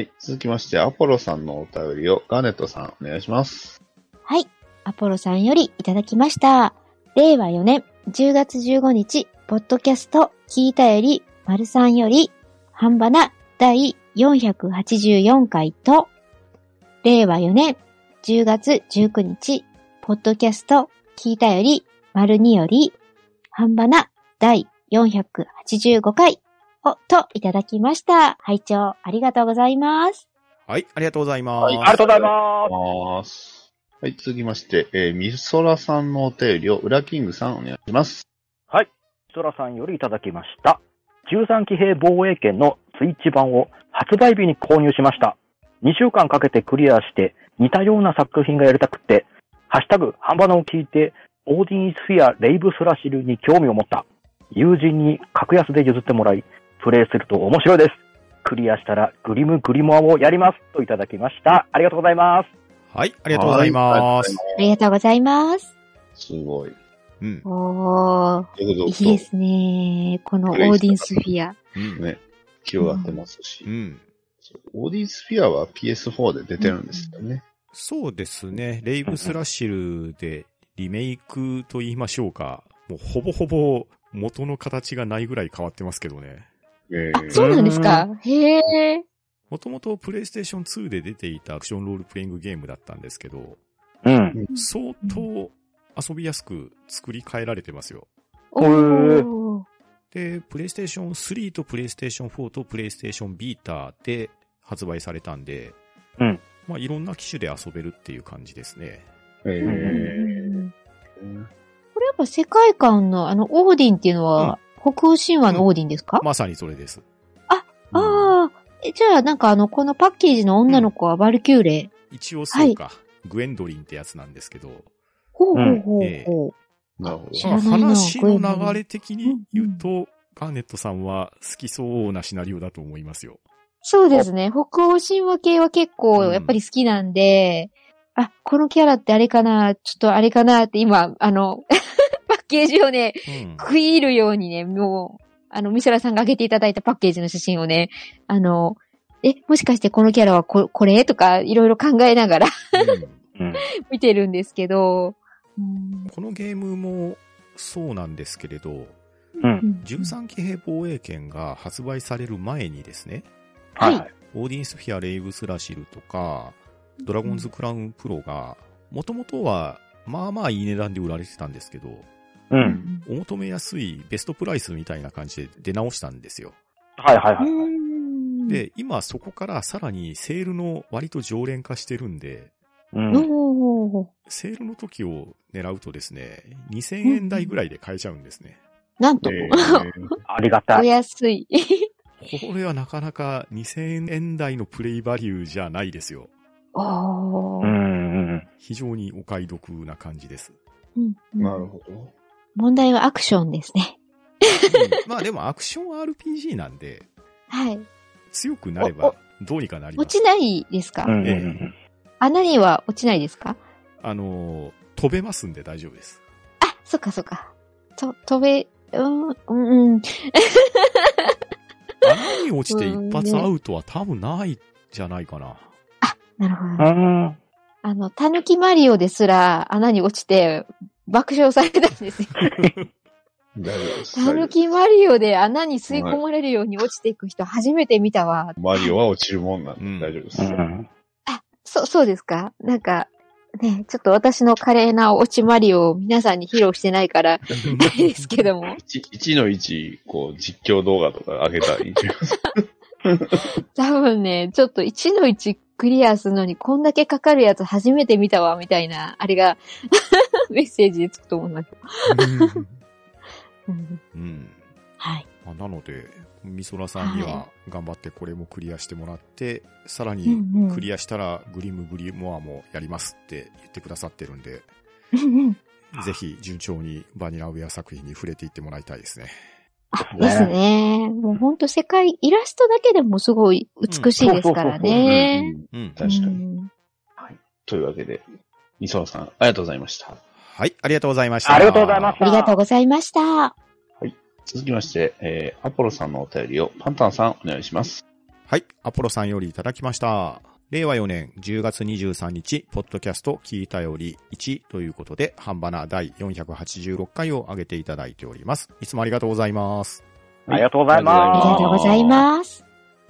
[SPEAKER 3] い。続きまして、アポロさんのお便りをガーネットさん、お願いします。
[SPEAKER 1] はい。アポロさんよりいただきました。令和4年10月15日、ポッドキャスト、聞いたより、丸さんより、半ばな第484回と、令和4年10月19日、ポッドキャスト、聞いたより、丸2より、半ばな第485回を、といただきました。拝聴ありがとうございます。
[SPEAKER 4] はい、ありがとうございます。
[SPEAKER 2] ありがとうございます。
[SPEAKER 3] ます。はい。続きまして、えー、ミソラさんのお便りを、ウラキングさん、お願いします。
[SPEAKER 2] はい。そらさんよりいただきました。13騎兵防衛圏のスイッチ版を発売日に購入しました。2週間かけてクリアして似たような作品がやりたくて、ハッシュタグ、ハンバナを聞いて、オーディン・イズ・フィア・レイブ・スラシルに興味を持った。友人に格安で譲ってもらい、プレイすると面白いです。クリアしたらグリム・グリモアをやります。といただきました。ありがとうございます。
[SPEAKER 4] はい、ありがとうございます。
[SPEAKER 3] は
[SPEAKER 1] ありがとうございます。
[SPEAKER 3] すごい。
[SPEAKER 4] うん。
[SPEAKER 1] おー。
[SPEAKER 3] という
[SPEAKER 1] い
[SPEAKER 3] こと
[SPEAKER 1] いですね。このオーディンスフィア。
[SPEAKER 4] うん。
[SPEAKER 3] ね、広がってますし。
[SPEAKER 4] うん。
[SPEAKER 3] オーディスフィアは PS4 で出てるんですよね。
[SPEAKER 4] そうですね。レイブスラッシルでリメイクと言いましょうか。もうほぼほぼ元の形がないぐらい変わってますけどね。
[SPEAKER 3] え
[SPEAKER 1] あ、そうなんですかへえ。
[SPEAKER 4] もともとプレイステーション2で出ていたアクションロールプレイングゲームだったんですけど、
[SPEAKER 2] うん。
[SPEAKER 1] うん
[SPEAKER 4] 相当遊びやすく作り変えられてますよ。
[SPEAKER 1] お
[SPEAKER 2] へ
[SPEAKER 1] ー。
[SPEAKER 4] で、プレイステーション3とプレイステーション4とプレイステーションビーターで発売されたんで、
[SPEAKER 2] うん
[SPEAKER 4] まあいろんな機種で遊べるっていう感じですね。
[SPEAKER 3] ええ
[SPEAKER 1] これやっぱ世界観のあのオーディンっていうのは、北欧神話のオーディンですか、
[SPEAKER 4] まさにそれです。
[SPEAKER 1] ああ。えじゃあなんかあの、このパッケージの女の子はバルキューレ。
[SPEAKER 4] 一応そうか、グエンドリンってやつなんですけど、
[SPEAKER 1] ほうほう
[SPEAKER 4] うん
[SPEAKER 1] ほ
[SPEAKER 4] え
[SPEAKER 1] う
[SPEAKER 4] え
[SPEAKER 1] ほう。
[SPEAKER 3] なるほ
[SPEAKER 1] 知
[SPEAKER 4] ま
[SPEAKER 1] ら
[SPEAKER 4] あ
[SPEAKER 1] ないな
[SPEAKER 4] 話の流れ的に言うと、ガーネットさんは好きそうなシナリオだと思いますよ。
[SPEAKER 1] そうですね。北欧神話系は結構
[SPEAKER 4] うん
[SPEAKER 1] やっぱり好きなんで、あ、このキャラってあれかなちょっとあれかなって今、あの、 パッケージをね、
[SPEAKER 4] うん。
[SPEAKER 1] 食い入るようにね、もう、あの、ミソラさんが上げていただいたパッケージの写真をね、あの、え、もしかしてこのキャラはここれとか、いろいろ考えながら
[SPEAKER 4] うん
[SPEAKER 2] うん。
[SPEAKER 1] 見てるんですけど、うん
[SPEAKER 4] このゲームもそうなんですけれど、
[SPEAKER 2] うん。
[SPEAKER 4] 13騎兵防衛権が発売される前にですね、
[SPEAKER 1] はい
[SPEAKER 2] はい。
[SPEAKER 4] オーディンスフィア・レイブスラシルとか、ドラゴンズ・クラウン・プロが、もともとは、まあまあいい値段で売られてたんですけど、
[SPEAKER 1] う
[SPEAKER 2] う。
[SPEAKER 1] んん。
[SPEAKER 4] お求めやすいベストプライスみたいな感じで出直したんですよ。
[SPEAKER 2] はいはいは
[SPEAKER 1] う
[SPEAKER 2] い。
[SPEAKER 1] ん、
[SPEAKER 4] で、今そこからさらにセールの割と常連化してるんで、
[SPEAKER 2] う
[SPEAKER 1] おー
[SPEAKER 2] ん。
[SPEAKER 4] セールの時を狙うとですね、2000円台ぐらいで買えちゃうんですね。
[SPEAKER 1] なんと、
[SPEAKER 3] ど。え
[SPEAKER 2] ありが
[SPEAKER 1] お
[SPEAKER 2] たい。
[SPEAKER 1] 安い。
[SPEAKER 4] これはなかなか2000円台のプレイバリューじゃないですよ。
[SPEAKER 1] お
[SPEAKER 2] う
[SPEAKER 1] ー
[SPEAKER 2] ん。うん
[SPEAKER 4] 非常にお買い得な感じです。
[SPEAKER 1] うん
[SPEAKER 3] ーなるほど。
[SPEAKER 1] 問題はアクションですね。
[SPEAKER 4] まあでもアクション RPG なんで、
[SPEAKER 1] はい。
[SPEAKER 4] 強くなればどうにかなりま
[SPEAKER 1] 落
[SPEAKER 4] す
[SPEAKER 1] ち。ないですか、
[SPEAKER 2] うんうんう
[SPEAKER 4] え
[SPEAKER 2] ん。
[SPEAKER 1] 穴には落ちないですか
[SPEAKER 4] あのー、飛べますんで大丈夫です。
[SPEAKER 1] あ、そっかそっか。と、飛べ、うん、うん、うん。
[SPEAKER 4] 穴に落ちて一発アウトは多分ないじゃない かな。
[SPEAKER 1] なるほど。
[SPEAKER 2] うん。
[SPEAKER 1] あの、たぬきマリオですら穴に落ちて爆笑されたん ですよ。
[SPEAKER 3] 大丈夫です。
[SPEAKER 1] たぬきマリオで穴に吸い込まれるように落ちていく人初めて見たわ。
[SPEAKER 3] マリオは落ちるもんな
[SPEAKER 4] うんん
[SPEAKER 3] で大丈夫です。
[SPEAKER 2] うん。
[SPEAKER 1] そ、そうですかなんか、ね、ちょっと私の華麗な落ちマリオを皆さんに披露してない から、あれですけども。
[SPEAKER 3] 1, の1、こう、実況動画とか上げたらいいんじゃないですか。
[SPEAKER 1] 多分ね、ちょっと1の1クリアするのにこんだけかかるやつ初めて見たわ、みたいな、あれが、 メッセージでつくと思います。 うん
[SPEAKER 4] うん。
[SPEAKER 1] はい。
[SPEAKER 4] まあなので、ミソラさんには
[SPEAKER 1] は
[SPEAKER 4] 頑張ってこれもクリアしてもらって、さら
[SPEAKER 1] う
[SPEAKER 4] に
[SPEAKER 1] んうん
[SPEAKER 4] クリアしたらグリムグリモアもやりますって言ってくださってるんで、
[SPEAKER 1] うんうん
[SPEAKER 4] ぜひ順調にバニラウェア作品に触れていってもらいたいですね。
[SPEAKER 1] あ、ですね。もうほんと世界、イラストだけでもすごい美しいですからね。
[SPEAKER 4] うん。うん
[SPEAKER 3] そうそうそうそううんうん確かに
[SPEAKER 1] うん
[SPEAKER 3] というわけで、みそさん、ありがとうございました。
[SPEAKER 4] はい、ありがとうございました。
[SPEAKER 2] ありがとうございまし
[SPEAKER 1] あ
[SPEAKER 2] た。
[SPEAKER 1] りがとうございました。
[SPEAKER 3] 続きまして、えー、アポロさんのお便りをパンタンさんお願いします。
[SPEAKER 4] はい。アポロさんよりいただきました。令和4年10月23日、ポッドキャスト聞いたより1ということで、ハンバナ第486回を上げていただいております。いつもありがとうございます。
[SPEAKER 2] ありがとうございます
[SPEAKER 1] ありがとうございます。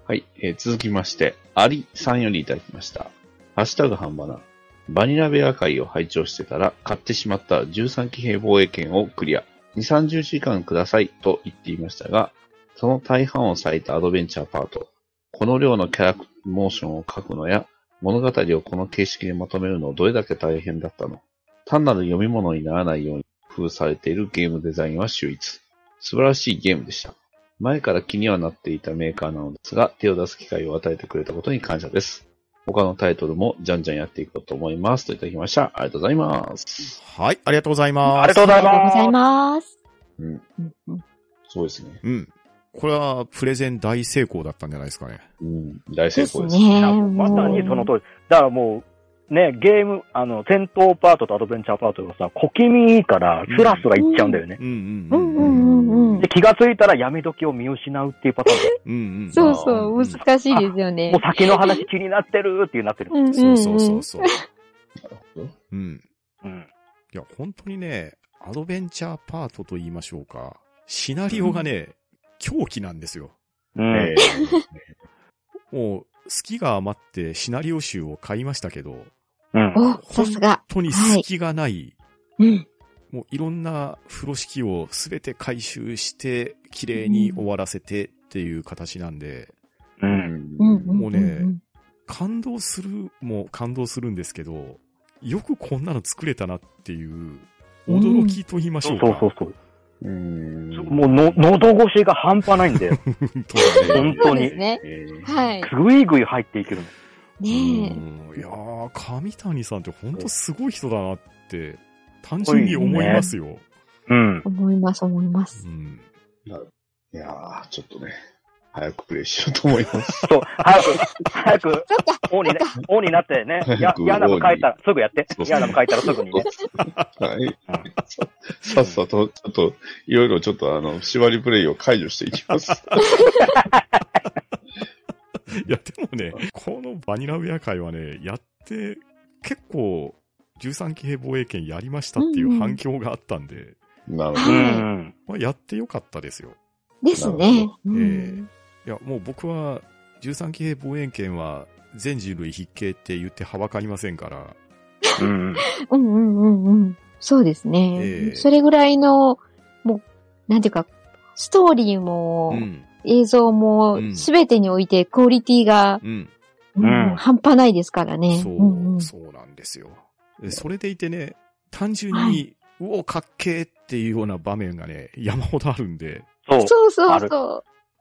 [SPEAKER 3] はい、えー続きまして、アリさんよりいただきました。ハッシュタグ半ばな。バニラベア会を拝聴してたら、買ってしまった13騎兵防衛権をクリア。2、30時間くださいと言っていましたが、その大半を割いたアドベンチャーパート。この量のキャラクモーションを書くのや、物語をこの形式でまとめるのをどれだけ大変だったの。単なる読み物にならないように工夫されているゲームデザインは秀逸。素晴らしいゲームでした。前から気にはなっていたメーカーなのですが、手を出す機会を与えてくれたことに感謝です。他のタイトルもじゃんじゃんやっていこうと思います。といただきました。ありがとうございます。
[SPEAKER 4] はい。ありがとうございます。
[SPEAKER 2] ありがとうご
[SPEAKER 1] あり
[SPEAKER 2] ざい
[SPEAKER 1] がとうござい
[SPEAKER 2] ま
[SPEAKER 1] ます。
[SPEAKER 3] うん、
[SPEAKER 1] うんうん
[SPEAKER 3] そうですね。
[SPEAKER 4] うん。これは、プレゼン大成功だったんじゃないですかね。
[SPEAKER 3] うん、大成
[SPEAKER 1] です
[SPEAKER 3] 功です。
[SPEAKER 2] す。
[SPEAKER 1] ね。
[SPEAKER 2] まさにその
[SPEAKER 1] もう
[SPEAKER 2] 通り。だからもう、ね、ゲーム、あの、戦闘パートとアドベンチャーパートがさ、小気味いいから、スラスラいっちゃうんだよね。
[SPEAKER 4] うん
[SPEAKER 1] う
[SPEAKER 4] う
[SPEAKER 1] ん
[SPEAKER 4] んう。
[SPEAKER 1] うんんうんうん
[SPEAKER 2] で、。気がついたら闇時を見失うっていうパターンで
[SPEAKER 4] うんうん。
[SPEAKER 1] そうう
[SPEAKER 3] そ
[SPEAKER 1] そうう、
[SPEAKER 4] ん
[SPEAKER 1] 難しいですよね
[SPEAKER 2] もう。先の話気になってるっていうなってる。
[SPEAKER 1] うん
[SPEAKER 4] そうそうそうそう。
[SPEAKER 3] うん
[SPEAKER 4] うん。
[SPEAKER 2] うん。
[SPEAKER 4] いや、本当にね、アドベンチャーパートと言いましょうか。シナリオがね、狂気なんですよ。
[SPEAKER 2] うん
[SPEAKER 3] え。ー
[SPEAKER 4] もう、隙が余ってシナリオ集を買いましたけど、
[SPEAKER 2] うん。
[SPEAKER 1] お、さすが。
[SPEAKER 4] 本当に隙がない、
[SPEAKER 1] うん。
[SPEAKER 4] もういろんな風呂敷をすべて回収して、綺麗に終わらせてっていう形なんで、
[SPEAKER 2] う。
[SPEAKER 3] うんん
[SPEAKER 1] うん。ん
[SPEAKER 4] もうね感動するも感動するんですけど、よくこんなの作れたなっていう、驚きと言いまし
[SPEAKER 2] そ
[SPEAKER 4] ょ
[SPEAKER 2] う
[SPEAKER 4] うか。
[SPEAKER 2] そうそう。
[SPEAKER 3] うん
[SPEAKER 2] もうの、喉越しが半端ない んで、
[SPEAKER 4] 本当だね
[SPEAKER 2] 本当に
[SPEAKER 1] そうです。ね。
[SPEAKER 3] えー
[SPEAKER 1] はい。
[SPEAKER 2] ぐいぐい入っていけるの。
[SPEAKER 1] ねえ。
[SPEAKER 4] うんいやー、上谷さんって本当すごい人だなって、単純に思いますよ。
[SPEAKER 2] うん。
[SPEAKER 1] 思います、思います。
[SPEAKER 4] うん。
[SPEAKER 3] いやー、ちょっとね、早くプレイしようと思います。
[SPEAKER 2] そう、早く、早く、王にね、王になってね、
[SPEAKER 3] 早
[SPEAKER 2] や
[SPEAKER 3] く
[SPEAKER 2] 嫌なも書いたらすぐやって
[SPEAKER 3] そう。そう
[SPEAKER 2] 嫌なも書いたらすぐにね。
[SPEAKER 3] はい。さっさと、ちょっと、いろいろちょっとあの、縛りプレイを解除していきます。
[SPEAKER 4] いや、でもね、このバニラウェア会はね、やって、結構、13騎兵防衛権やりましたってい
[SPEAKER 1] うんう
[SPEAKER 4] うん反響があったんで、
[SPEAKER 3] なる
[SPEAKER 2] う
[SPEAKER 3] ほど。
[SPEAKER 2] ん。
[SPEAKER 4] まあ、やってよかったですよ。
[SPEAKER 1] ですね。う
[SPEAKER 4] え
[SPEAKER 1] ん
[SPEAKER 4] いや、もう僕は、13騎兵防衛権は、全人類必携って言ってはばかりませんから、
[SPEAKER 2] うん。
[SPEAKER 1] うんうんうんうん。そうです
[SPEAKER 4] ええ
[SPEAKER 1] ね。それぐらいの、もう、なんていうか、ストーリーも
[SPEAKER 4] う、ん、
[SPEAKER 1] 映像も
[SPEAKER 4] う、ん
[SPEAKER 1] すべてにおいてクオリティが、
[SPEAKER 4] うん、
[SPEAKER 2] ん
[SPEAKER 1] もう半端ないですからね。
[SPEAKER 4] そう、
[SPEAKER 1] んん
[SPEAKER 4] そうなんですよ。でそれでいてね、単純に、うお、かっけーっていうような場面がね、山ほどあるんで、
[SPEAKER 2] そう。
[SPEAKER 1] そうそ
[SPEAKER 2] あ
[SPEAKER 1] う
[SPEAKER 2] る
[SPEAKER 1] そ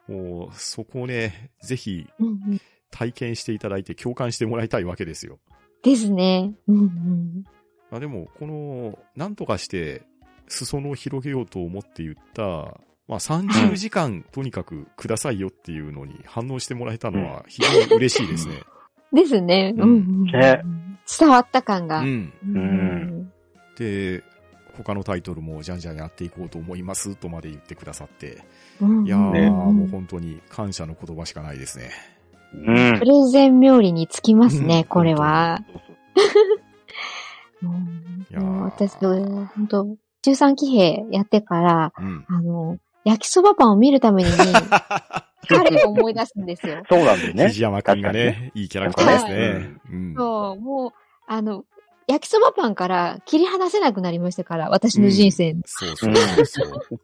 [SPEAKER 4] もう、そこをね、ぜひ
[SPEAKER 1] う。うんうん
[SPEAKER 4] 体験していただいて共感してもらいたいわけですよ。
[SPEAKER 1] ですね。うんうん
[SPEAKER 4] あでも、この、なんとかして、裾野を広げようと思って言った、まあ、30時間とにかくくださいよっていうのに反応してもらえたのは非常に嬉しいですね。
[SPEAKER 1] ですね。
[SPEAKER 4] うん
[SPEAKER 1] うんうん
[SPEAKER 2] ね
[SPEAKER 1] 伝わった感
[SPEAKER 4] う
[SPEAKER 1] が。
[SPEAKER 4] ん。
[SPEAKER 1] うんうん
[SPEAKER 4] で、他のタイトルもじゃんじゃんやっていこうと思いますとまで言ってくださって、
[SPEAKER 1] うん
[SPEAKER 4] いやー、
[SPEAKER 3] ね
[SPEAKER 4] もう本当に感謝の言葉しかないですね。
[SPEAKER 2] う
[SPEAKER 1] プ
[SPEAKER 2] ん。
[SPEAKER 1] レゼン冥利につきます
[SPEAKER 4] うん
[SPEAKER 1] ね、これは。も
[SPEAKER 4] いうやー
[SPEAKER 1] もう私、本当13騎兵やってから、
[SPEAKER 4] うん。
[SPEAKER 1] あの、焼きそばパンを見るため にね、彼を思い出すんですよ。
[SPEAKER 2] そうなんだよね。
[SPEAKER 4] 藤山くんがね
[SPEAKER 2] 確
[SPEAKER 4] いいキャラクターですね。うん。
[SPEAKER 1] そう、もう、あの、焼きそばパンから切り離せなくなりましたから、私の人生の。
[SPEAKER 4] そうそうそうそう。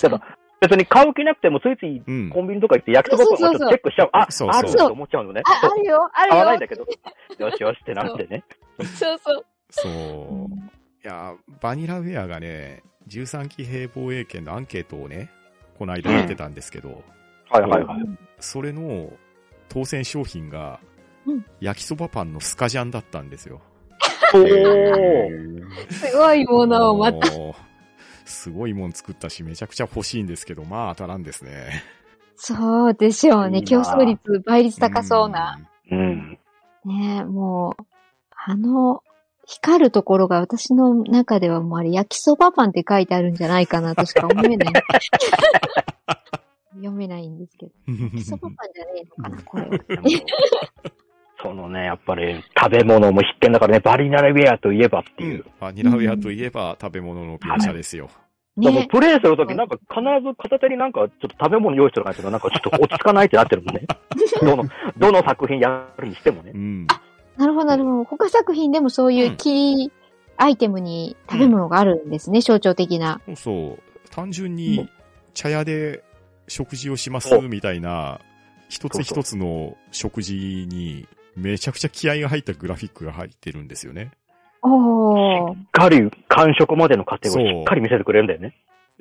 [SPEAKER 2] ただ、別に買う気なくても、ついつい
[SPEAKER 4] うん。
[SPEAKER 2] コンビニとか行って焼きそばとかもちょっとチェックしちゃう。あ、
[SPEAKER 4] そうそう
[SPEAKER 2] あると思っちゃうのね。
[SPEAKER 1] あ、あるよ、あ
[SPEAKER 2] 買わないん
[SPEAKER 1] る
[SPEAKER 2] だけど。よしよしってなってね。
[SPEAKER 1] よ。そうそう。
[SPEAKER 4] そう。いやー、バニラウェアがね、13騎兵防衛権のアンケートをね、この間やってたんですけど、
[SPEAKER 2] はいはいはい。
[SPEAKER 4] それの当選商品が
[SPEAKER 1] うん、
[SPEAKER 4] 焼きそばパンのスカジャンだったんですよ。
[SPEAKER 2] お
[SPEAKER 3] え
[SPEAKER 2] ー。
[SPEAKER 3] ー
[SPEAKER 1] すごいものをまた。
[SPEAKER 4] た。すごいもん作ったし、めちゃくちゃ欲しいんですけど、まあ当たらんですね。
[SPEAKER 1] そうでしょうね。
[SPEAKER 2] いい
[SPEAKER 1] 競
[SPEAKER 2] な
[SPEAKER 1] 争率、倍率高そうな。
[SPEAKER 2] うん。
[SPEAKER 1] ねえ、もう、あの、光るところが私の中ではもうあれ、焼きそばパンって書いてあるんじゃないかなとしか思え ない。読めないんですけど。
[SPEAKER 4] うん。
[SPEAKER 1] 焼きそばパンじゃねえのかな、これは。
[SPEAKER 2] でもそのね、やっぱり食べ物も必見だからね、バリナレウェアといえばって
[SPEAKER 4] う
[SPEAKER 2] いう。
[SPEAKER 4] んバニラウェアといえば食べ物の描写ですよ。
[SPEAKER 2] だからもう
[SPEAKER 1] ね
[SPEAKER 2] プレイするときなんか必ず片手になんかちょっと食べ物用意してる感じがなんかちょっと落ち着かないってなってるもんね。 どの、どの作品やるにしてもね
[SPEAKER 4] う。ん。
[SPEAKER 1] なるほど、なるほど。他作品でもそういうキーアイテムに食べ物があるんですね、象徴的な。
[SPEAKER 4] そうそう。単純
[SPEAKER 1] う
[SPEAKER 4] に茶屋で食事をします
[SPEAKER 2] お
[SPEAKER 4] みたいな、一つ一つの食事にめちゃくちゃ気合が入ったグラフィックが入ってるんですよね。
[SPEAKER 1] おー
[SPEAKER 2] し。っかり完食までの過程をしっかり見せてくれるんだよね。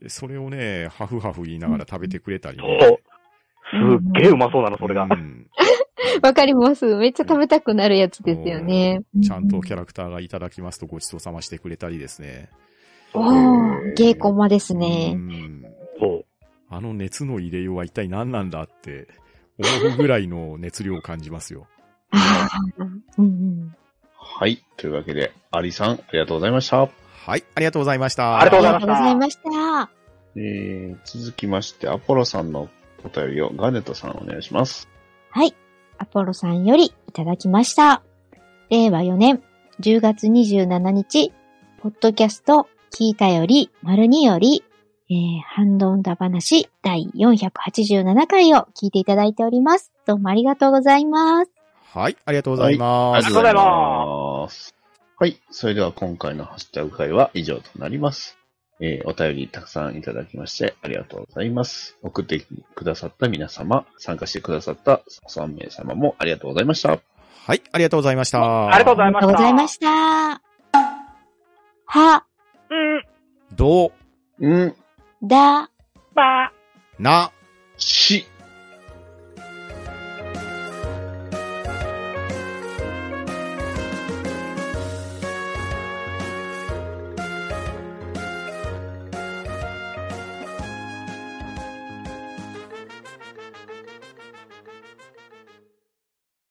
[SPEAKER 4] それをね、ハフハフ言いながら食べてくれたり
[SPEAKER 2] そ
[SPEAKER 4] ね。
[SPEAKER 2] う。すっげえうまそうなの、それが
[SPEAKER 4] う。ん
[SPEAKER 1] わかります。めっちゃ食べたくなるやつですよね。
[SPEAKER 4] ちゃんとキャ
[SPEAKER 1] ラ。
[SPEAKER 4] ラクターがいただきますとごちそうさましてくれたりですね。
[SPEAKER 1] おー、ゲーコマですね
[SPEAKER 4] う。ん
[SPEAKER 2] そう。
[SPEAKER 4] あの熱の入れようは一体何なんだって思うぐらいの熱量を感じますよ。
[SPEAKER 1] あーうんうん
[SPEAKER 3] はい。というわけで、アリさん、ありがとうございました。
[SPEAKER 4] はい、ありがとうございまし
[SPEAKER 2] あ
[SPEAKER 4] た。
[SPEAKER 2] りがとうござい
[SPEAKER 1] あ
[SPEAKER 2] ま
[SPEAKER 1] りがとうございました。
[SPEAKER 3] えー、続きまして、アポロさんのお便りをガネットさんお願いします。
[SPEAKER 1] はい。アポロさんよりいただきました。令和4年10月27日、ポッドキャスト聞いたより、丸2より、えー、ハンドンダ話第487回を聞いていただいております。どうもありがとうございます。
[SPEAKER 4] はい、ありがとうございます。
[SPEAKER 2] りがとうござい
[SPEAKER 3] す。はい。それでは今回のハッシュタグ会は以上となります。えー、お便りたくさんいただきましてありがとうございます。送ってくださった皆様、参加してくださった3名様もありがとうございました。
[SPEAKER 4] はい、ありがとうございました。
[SPEAKER 2] ありがとうござ
[SPEAKER 1] あ
[SPEAKER 2] い
[SPEAKER 1] り
[SPEAKER 2] ま
[SPEAKER 1] が
[SPEAKER 2] し
[SPEAKER 1] と
[SPEAKER 2] た。
[SPEAKER 1] うございました。は、
[SPEAKER 2] うん、
[SPEAKER 4] ど
[SPEAKER 3] うん、
[SPEAKER 1] だ、
[SPEAKER 2] ば、
[SPEAKER 4] う、な、
[SPEAKER 3] し、